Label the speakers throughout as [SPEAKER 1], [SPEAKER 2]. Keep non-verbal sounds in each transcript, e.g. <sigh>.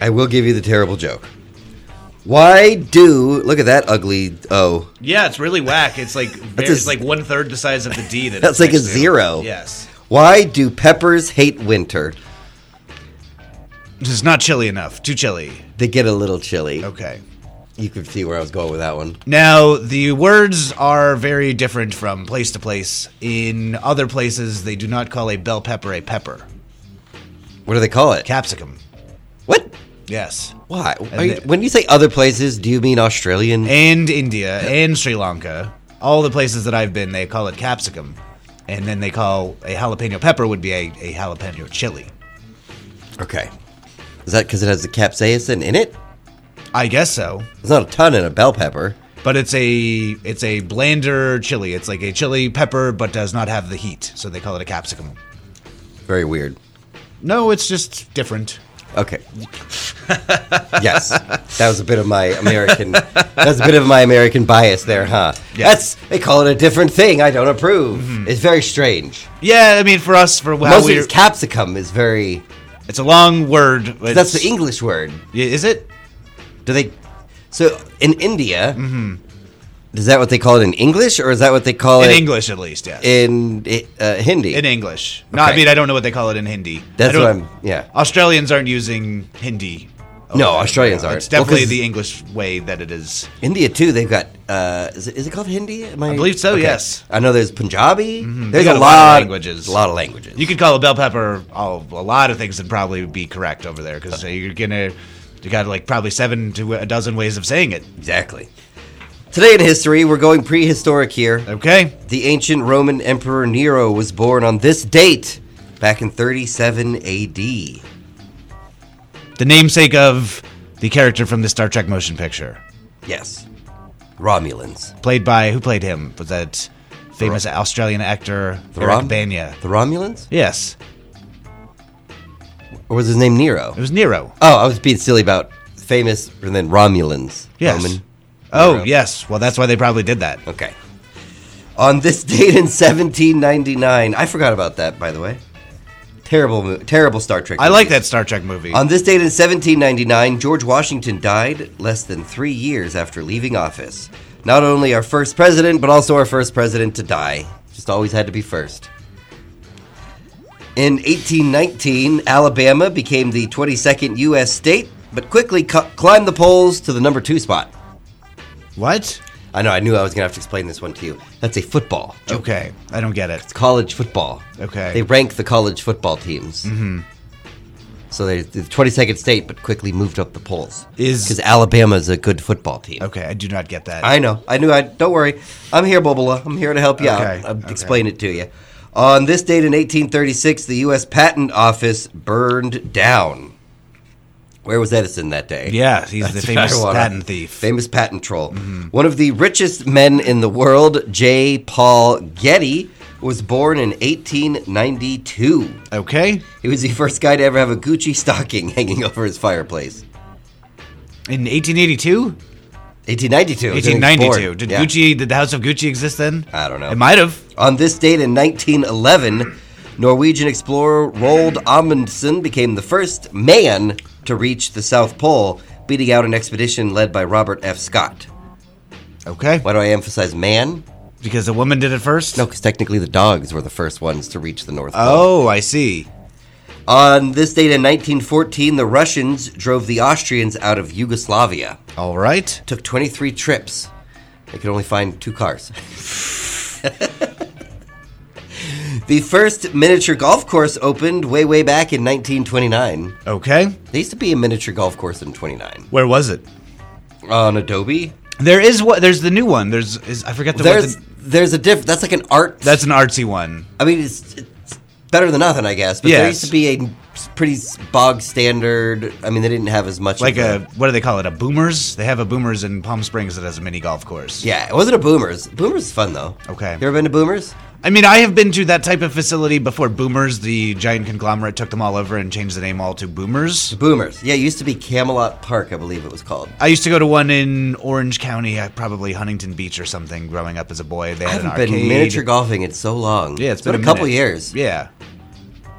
[SPEAKER 1] I will give you the terrible joke. Why do look at that ugly O?
[SPEAKER 2] Yeah, it's really whack. It's like very,
[SPEAKER 1] a-
[SPEAKER 2] it's like one third the size of the D.
[SPEAKER 1] <laughs>
[SPEAKER 2] That
[SPEAKER 1] That's
[SPEAKER 2] it's
[SPEAKER 1] like a
[SPEAKER 2] next to.
[SPEAKER 1] zero.
[SPEAKER 2] Yes,
[SPEAKER 1] Why do peppers hate winter?
[SPEAKER 2] it's not chilly enough. Too chilly.
[SPEAKER 1] They get a little chilly.
[SPEAKER 2] Okay.
[SPEAKER 1] You could see where I was going with that one.
[SPEAKER 2] Now the words are very different from place to place. In other places, they do not call a bell pepper a pepper.
[SPEAKER 1] What do they call it?
[SPEAKER 2] Capsicum.
[SPEAKER 1] what?
[SPEAKER 2] Yes.
[SPEAKER 1] Why? Are you-
[SPEAKER 2] the-
[SPEAKER 1] when you say other places, do you mean Australian?
[SPEAKER 2] and India and Sri Lanka, all the places that I've been, they call it capsicum, and then they call a jalapeno pepper would be a, a jalapeno chili.
[SPEAKER 1] okay. Is that because it has the capsaicin in it?
[SPEAKER 2] I guess so,
[SPEAKER 1] It's not a ton in a bell pepper.
[SPEAKER 2] but it's a it's a blander chili. It's like a chili pepper, but does not have the heat, so they call it a capsicum.
[SPEAKER 1] Very weird.
[SPEAKER 2] No, it's just different.
[SPEAKER 1] Okay. yes, that was a bit of my American. That's a bit of my American bias there, huh?
[SPEAKER 2] Yeah.
[SPEAKER 1] That's they call it a different thing. I don't approve.
[SPEAKER 2] Mm-hmm.
[SPEAKER 1] It's very strange.
[SPEAKER 2] Yeah, I mean for us for how
[SPEAKER 1] Mostly,
[SPEAKER 2] we
[SPEAKER 1] it's capsicum is very.
[SPEAKER 2] it's a long word. but
[SPEAKER 1] That's the
[SPEAKER 2] it's-
[SPEAKER 1] English word.
[SPEAKER 2] Is it?
[SPEAKER 1] Do they? So in India, is that what they call it in English, or is that what they call
[SPEAKER 2] Mm-hmm. In
[SPEAKER 1] it
[SPEAKER 2] English, at least, yes.
[SPEAKER 1] in uh, Hindi?
[SPEAKER 2] in English. No, I
[SPEAKER 1] Okay.
[SPEAKER 2] mean I don't know what they call it in Hindi. I
[SPEAKER 1] That's what
[SPEAKER 2] don't-
[SPEAKER 1] I'm. Yeah.
[SPEAKER 2] Australians aren't using Hindi.
[SPEAKER 1] No,
[SPEAKER 2] over there.
[SPEAKER 1] Australians aren't.
[SPEAKER 2] It's definitely
[SPEAKER 1] Well, 'cause-
[SPEAKER 2] the English way that it is.
[SPEAKER 1] India too. They've got uh, is, it, is it called Hindi? Am I,
[SPEAKER 2] believe so, yes. Mm-hmm.
[SPEAKER 1] I know there's Punjabi. There's
[SPEAKER 2] They
[SPEAKER 1] a
[SPEAKER 2] got
[SPEAKER 1] lot,
[SPEAKER 2] of languages.
[SPEAKER 1] A lot of languages.
[SPEAKER 2] You could call a bell pepper oh, a lot of things and probably be correct over there because you're gonna you got like probably seven to a dozen ways of saying it.
[SPEAKER 1] exactly. Today in history, we're going prehistoric here.
[SPEAKER 2] Okay,
[SPEAKER 1] The ancient Roman emperor Nero was born on this date back in 37 A.D.
[SPEAKER 2] the namesake of the character from the Star Trek motion picture,
[SPEAKER 1] Yes, Romulans.
[SPEAKER 2] played by who played him was that famous Australian actor Eric
[SPEAKER 1] Rom-
[SPEAKER 2] Banya.
[SPEAKER 1] The Romulans,
[SPEAKER 2] Yes,
[SPEAKER 1] or was his name Nero?
[SPEAKER 2] it was Nero.
[SPEAKER 1] Oh, I was being silly about famous and then Romulans.
[SPEAKER 2] Yes.
[SPEAKER 1] Roman.
[SPEAKER 2] Oh
[SPEAKER 1] Nero.
[SPEAKER 2] yes, well that's why they probably did that.
[SPEAKER 1] Okay. On this date in 1799, I forgot about that, by the way. Terrible, mo- terrible Star Trek.
[SPEAKER 2] I like
[SPEAKER 1] movies.
[SPEAKER 2] that Star Trek movie.
[SPEAKER 1] On this date in 1799, George Washington died less than three years after leaving office. Not only our first president, but also our first president to die. Just always had to be first. In 1819, Alabama became the 22nd U.S. state, but quickly cu- climbed the polls to the number two spot.
[SPEAKER 2] what?
[SPEAKER 1] I know, I knew I was going to have to explain this one to you. That's a football.
[SPEAKER 2] Okay, I don't get it.
[SPEAKER 1] It's college football.
[SPEAKER 2] Okay.
[SPEAKER 1] They rank the college football teams. Mm-hmm. So they're the 22nd state, but quickly moved up the polls.
[SPEAKER 2] Is-
[SPEAKER 1] Because Alabama's a good football team.
[SPEAKER 2] Okay, I do not get that.
[SPEAKER 1] I know. I knew. I don't worry. I'm here, Bobola. I'm here to help you
[SPEAKER 2] Okay,
[SPEAKER 1] out. I'll
[SPEAKER 2] okay.
[SPEAKER 1] explain it to you. On this date in 1836, the U.S. Patent Office burned down. Where was Edison that day?
[SPEAKER 2] yeah, he's the famous
[SPEAKER 1] I wanna-
[SPEAKER 2] patent thief. Mm-hmm.
[SPEAKER 1] Famous patent troll. One of the richest men in the world, J. Paul Getty, was born in 1892.
[SPEAKER 2] okay,
[SPEAKER 1] He was the first guy to ever have a Gucci stocking <laughs> hanging over his fireplace.
[SPEAKER 2] in 1882,
[SPEAKER 1] 1892. was when he was
[SPEAKER 2] 1892.
[SPEAKER 1] born.
[SPEAKER 2] Did
[SPEAKER 1] Yeah.
[SPEAKER 2] Gucci, did the House of Gucci exist then?
[SPEAKER 1] I don't know.
[SPEAKER 2] It might have.
[SPEAKER 1] On this date in 1911, Norwegian explorer Roald Amundsen became the first man to reach the South Pole, beating out an expedition led by Robert F. Scott.
[SPEAKER 2] Okay,
[SPEAKER 1] Why do I emphasize man?
[SPEAKER 2] because the woman did it first.
[SPEAKER 1] No, because technically the dogs were the first ones to reach the North Pole.
[SPEAKER 2] Oh, I see.
[SPEAKER 1] On this date in 1914, the Russians drove the Austrians out of Yugoslavia.
[SPEAKER 2] All right.
[SPEAKER 1] Took 23 trips. They could only find two cars. <laughs> the first miniature golf course opened way, way back in 1929.
[SPEAKER 2] Okay,
[SPEAKER 1] There used to be a miniature golf course in 29
[SPEAKER 2] where was it?
[SPEAKER 1] on Adobe.
[SPEAKER 2] There is what. There's the new one. There's is, I forget the. what
[SPEAKER 1] There's
[SPEAKER 2] the-
[SPEAKER 1] there's a diff. That's like an art.
[SPEAKER 2] that's an artsy one.
[SPEAKER 1] I mean, it's, it's better than nothing, I guess. But there
[SPEAKER 2] Yes.
[SPEAKER 1] used to be a pretty bog standard. I mean, they didn't have as much.
[SPEAKER 2] Like
[SPEAKER 1] of
[SPEAKER 2] a
[SPEAKER 1] the-
[SPEAKER 2] what do they call it? A boomers. They have a boomers in Palm Springs that has a mini golf course.
[SPEAKER 1] yeah, it wasn't a Boomers. Boomers is fun though.
[SPEAKER 2] Okay.
[SPEAKER 1] You ever been to Boomers?
[SPEAKER 2] I mean, I have been to that type of facility before. Boomers, the giant conglomerate, took them all over and changed the name all to Boomers.
[SPEAKER 1] Boomers. Yeah, it used to be Camelot Park, I believe it was called.
[SPEAKER 2] I used to go to one in Orange County, uh, probably Huntington Beach or something, growing up as a boy. They
[SPEAKER 1] I
[SPEAKER 2] had an
[SPEAKER 1] haven't
[SPEAKER 2] arcade.
[SPEAKER 1] been miniature golfing in so long.
[SPEAKER 2] Yeah,
[SPEAKER 1] it's been, a, couple Hmm.
[SPEAKER 2] minute.
[SPEAKER 1] years.
[SPEAKER 2] Yeah,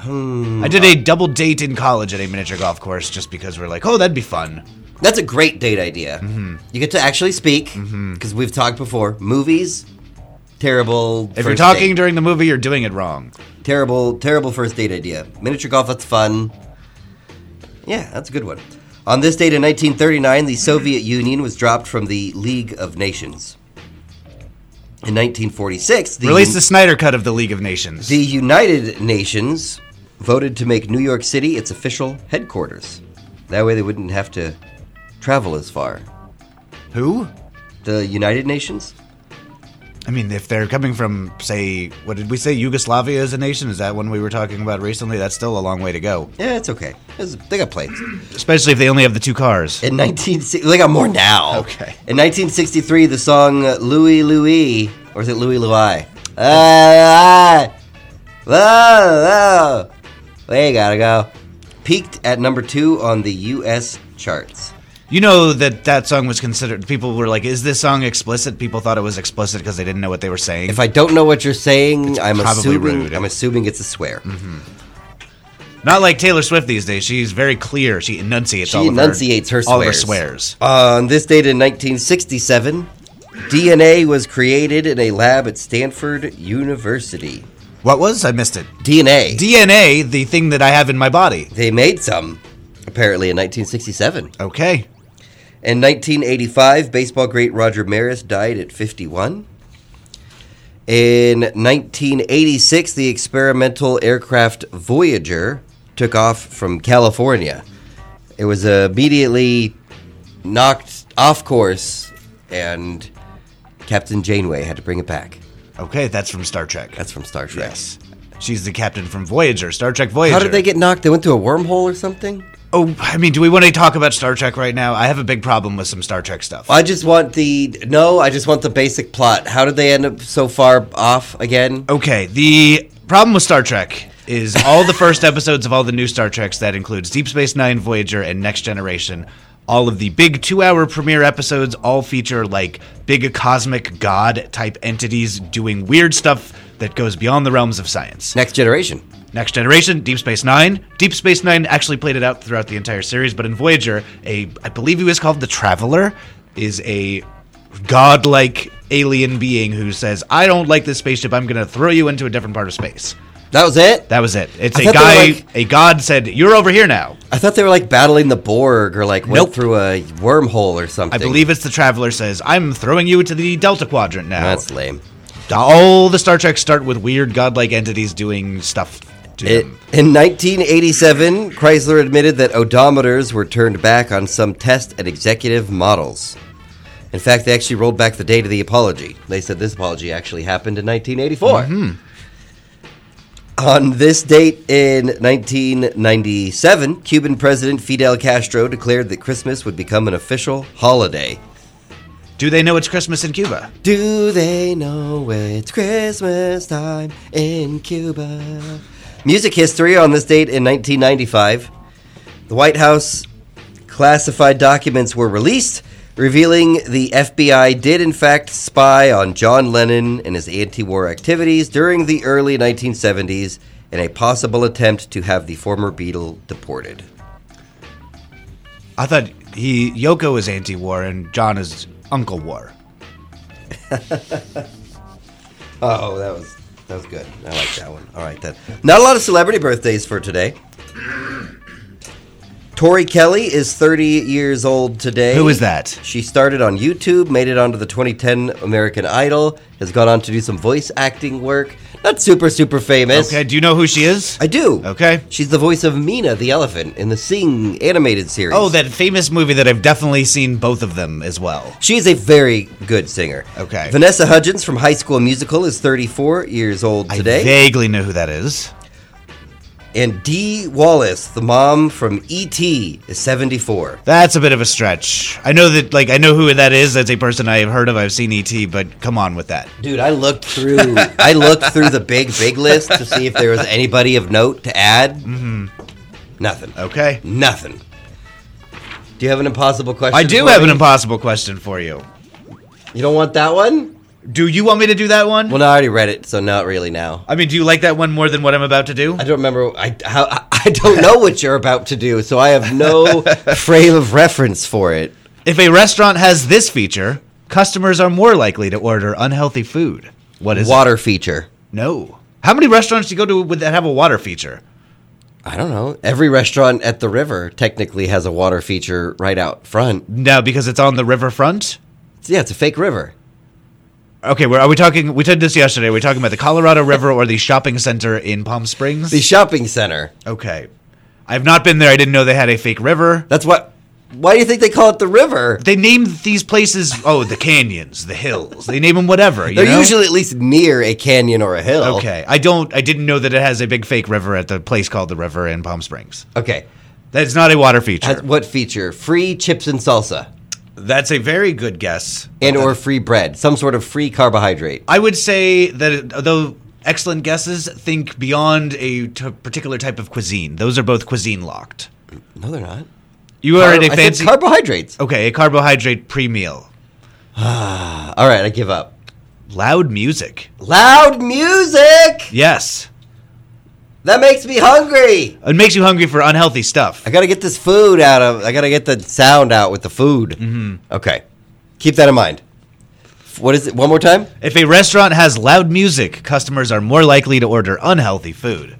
[SPEAKER 2] I did a double date in college at a miniature golf course just because we're like, oh, that'd be fun.
[SPEAKER 1] That's a great date idea.
[SPEAKER 2] Mm-hmm.
[SPEAKER 1] You get to actually speak because we've talked before. Movies, terrible.
[SPEAKER 2] If
[SPEAKER 1] first
[SPEAKER 2] you're talking
[SPEAKER 1] date.
[SPEAKER 2] during the movie, you're doing it wrong.
[SPEAKER 1] terrible, terrible first date idea. Miniature golf, that's fun. Yeah, that's a good one. On this date in 1939, the Soviet Union was dropped from the League of Nations. In 1946, the
[SPEAKER 2] Release the Snyder Cut of the League of Nations.
[SPEAKER 1] The United Nations voted to make New York City its official headquarters. That way they wouldn't have to travel as far.
[SPEAKER 2] Who?
[SPEAKER 1] The United Nations?
[SPEAKER 2] I mean, if they're coming from, say, what did we say? Yugoslavia as a nation? Is that one we were talking about recently? That's still a long way to go.
[SPEAKER 1] Yeah, it's okay. It's- they got planes.
[SPEAKER 2] Especially if they only have the two cars.
[SPEAKER 1] In 19... They got more now.
[SPEAKER 2] Okay.
[SPEAKER 1] In 1963, the song uh, Louis Louis, or is it Louis Louis? Ah, ah, whoa, whoa. They gotta go. Peaked at number two on the U.S. charts.
[SPEAKER 2] You know that that song was considered. People were like, "Is this song explicit?" People thought it was explicit because they didn't know what they were saying.
[SPEAKER 1] If I don't know what you're saying, I'm
[SPEAKER 2] probably
[SPEAKER 1] assuming
[SPEAKER 2] rude. Mm-hmm.
[SPEAKER 1] I'm assuming it's a swear.
[SPEAKER 2] Not like Taylor Swift these days. She's very clear. She enunciates.
[SPEAKER 1] She
[SPEAKER 2] all
[SPEAKER 1] enunciates
[SPEAKER 2] of her,
[SPEAKER 1] her
[SPEAKER 2] all of her
[SPEAKER 1] swears.
[SPEAKER 2] swears.
[SPEAKER 1] Uh, On this date in 1967, DNA was created in a lab at Stanford University.
[SPEAKER 2] What was? I missed it.
[SPEAKER 1] DNA.
[SPEAKER 2] DNA, the thing that I have in my body.
[SPEAKER 1] they made some apparently in 1967.
[SPEAKER 2] Okay.
[SPEAKER 1] In 1985, baseball great Roger Maris died at 51. In 1986, the experimental aircraft Voyager took off from California. It was immediately knocked off course, and Captain Janeway had to bring it back.
[SPEAKER 2] Okay, that's from Star Trek.
[SPEAKER 1] That's from Star Trek.
[SPEAKER 2] yes. She's the captain from Voyager, Star Trek Voyager.
[SPEAKER 1] How did they get knocked? They went through a wormhole or something?
[SPEAKER 2] Oh, I mean, do we want to talk about Star Trek right now? I have a big problem with some Star Trek stuff.
[SPEAKER 1] I just want the no. I just want the basic plot. How did they end up so far off again?
[SPEAKER 2] Okay, the problem with Star Trek is all the first episodes of all the new Star Treks that includes Deep Space Nine, Voyager, and Next Generation. All of the big two-hour premiere episodes all feature like big cosmic god type entities doing weird stuff that goes beyond the realms of science.
[SPEAKER 1] Next Generation.
[SPEAKER 2] Next Generation, Deep Space Nine. Deep Space Nine actually played it out throughout the entire series, but in Voyager, a I believe he was called the Traveler, is a godlike alien being who says, "I don't like this spaceship. I'm going to throw you into a different part of space."
[SPEAKER 1] That was it.
[SPEAKER 2] That was it. It's
[SPEAKER 1] I
[SPEAKER 2] a
[SPEAKER 1] thought they
[SPEAKER 2] guy.
[SPEAKER 1] were like-
[SPEAKER 2] a god said, "You're over here now."
[SPEAKER 1] I thought they were like battling the Borg or like went
[SPEAKER 2] Nope.
[SPEAKER 1] through a wormhole or something.
[SPEAKER 2] I believe it's the Traveler says, "I'm throwing you into the Delta Quadrant now."
[SPEAKER 1] that's lame.
[SPEAKER 2] All the Star Trek start with weird godlike entities doing stuff to
[SPEAKER 1] It,
[SPEAKER 2] them.
[SPEAKER 1] in 1987, Chrysler admitted that odometers were turned back on some test and executive models. In fact, they actually rolled back the date of the apology. They said this apology actually happened in 1984.
[SPEAKER 2] Mm-hmm.
[SPEAKER 1] On this date in 1997, Cuban President Fidel Castro declared that Christmas would become an official holiday.
[SPEAKER 2] Do they know it's Christmas in Cuba?
[SPEAKER 1] Do they know it's Christmas time in Cuba? Music history on this date in 1995. The White House classified documents were released, revealing the FBI did in fact spy on John Lennon and his anti war activities during the early 1970s in a possible attempt to have the former Beatle deported.
[SPEAKER 2] I thought he Yoko is anti-war and John is Uncle War.
[SPEAKER 1] Oh, that was that was good. I like that one. All right then. Not a lot of celebrity birthdays for today. Tori Kelly is 30 years old today.
[SPEAKER 2] Who is that?
[SPEAKER 1] She started on YouTube, made it onto the 2010 American Idol, has gone on to do some voice acting work. Not super super famous.
[SPEAKER 2] Okay, do you know who she is?
[SPEAKER 1] I do.
[SPEAKER 2] Okay.
[SPEAKER 1] She's the voice of Mina the elephant in the Sing animated series.
[SPEAKER 2] Oh, that famous movie that I've definitely seen both of them as well.
[SPEAKER 1] She's a very good singer.
[SPEAKER 2] Okay.
[SPEAKER 1] Vanessa Hudgens from High School Musical is 34 years old today.
[SPEAKER 2] I vaguely know who that is.
[SPEAKER 1] And Dee Wallace, the mom from E.T., is 74.
[SPEAKER 2] That's a bit of a stretch. I know that like I know who that is. That's a person I have heard of. I've seen ET, but come on with that.
[SPEAKER 1] Dude, I looked through <laughs> I looked through the big big list to see if there was anybody of note to add. Mm-hmm. Nothing.
[SPEAKER 2] Okay.
[SPEAKER 1] Mm. Nothing. Do you have an impossible question?
[SPEAKER 2] I do
[SPEAKER 1] for
[SPEAKER 2] have
[SPEAKER 1] me?
[SPEAKER 2] an impossible question for you.
[SPEAKER 1] You don't want that one?
[SPEAKER 2] Do you want me to do that one?
[SPEAKER 1] Well, no, I already read it, so not really now.
[SPEAKER 2] I mean, do you like that one more than what I'm about to do?
[SPEAKER 1] I don't remember. I, how, I- I don't know what you're about to do, so I have <laughs> no frame of reference for it.
[SPEAKER 2] If a restaurant has this feature, customers are more likely to order unhealthy food. What is it?
[SPEAKER 1] Water feature.
[SPEAKER 2] No. How many restaurants do you go to with- that have a water feature?
[SPEAKER 1] I don't know. Every restaurant at the river technically has a water feature right out front.
[SPEAKER 2] No, because it's on the riverfront.
[SPEAKER 1] Yeah, it's a fake river.
[SPEAKER 2] Okay, where are we talking? We did this yesterday. Are we talking about
[SPEAKER 1] <laughs>
[SPEAKER 2] the Colorado River or the shopping center in Palm Springs?
[SPEAKER 1] The shopping center.
[SPEAKER 2] okay, I've not been there. I didn't know they had a fake river.
[SPEAKER 1] That's what. Why do you think they call it the river?
[SPEAKER 2] They named these places. Oh, the canyons, the hills. They name them whatever. You
[SPEAKER 1] They're
[SPEAKER 2] know?
[SPEAKER 1] usually at least near a canyon or a hill.
[SPEAKER 2] okay. I don't. I didn't know that it has a big fake river at the place called the River in Palm Springs.
[SPEAKER 1] Okay.
[SPEAKER 2] That's not a water feature.
[SPEAKER 1] Has- what feature? Free chips and salsa,
[SPEAKER 2] That's a very good guess.
[SPEAKER 1] and or free bread, some sort of free carbohydrate.
[SPEAKER 2] I would say that although excellent guesses, think beyond a t- particular type of cuisine. Those are both cuisine locked.
[SPEAKER 1] No, they're not.
[SPEAKER 2] You are in a
[SPEAKER 1] I said
[SPEAKER 2] fancy.
[SPEAKER 1] carbohydrates.
[SPEAKER 2] okay, a carbohydrate pre meal.
[SPEAKER 1] All right, I give up.
[SPEAKER 2] Loud music.
[SPEAKER 1] Loud music.
[SPEAKER 2] Yes.
[SPEAKER 1] That makes me hungry.
[SPEAKER 2] It makes you hungry for unhealthy stuff.
[SPEAKER 1] I gotta get this food out of. I gotta get the sound out with the food. Mm-hmm. Okay, keep that in mind. What is it? One more time.
[SPEAKER 2] If a restaurant has loud music, customers are more likely to order unhealthy food.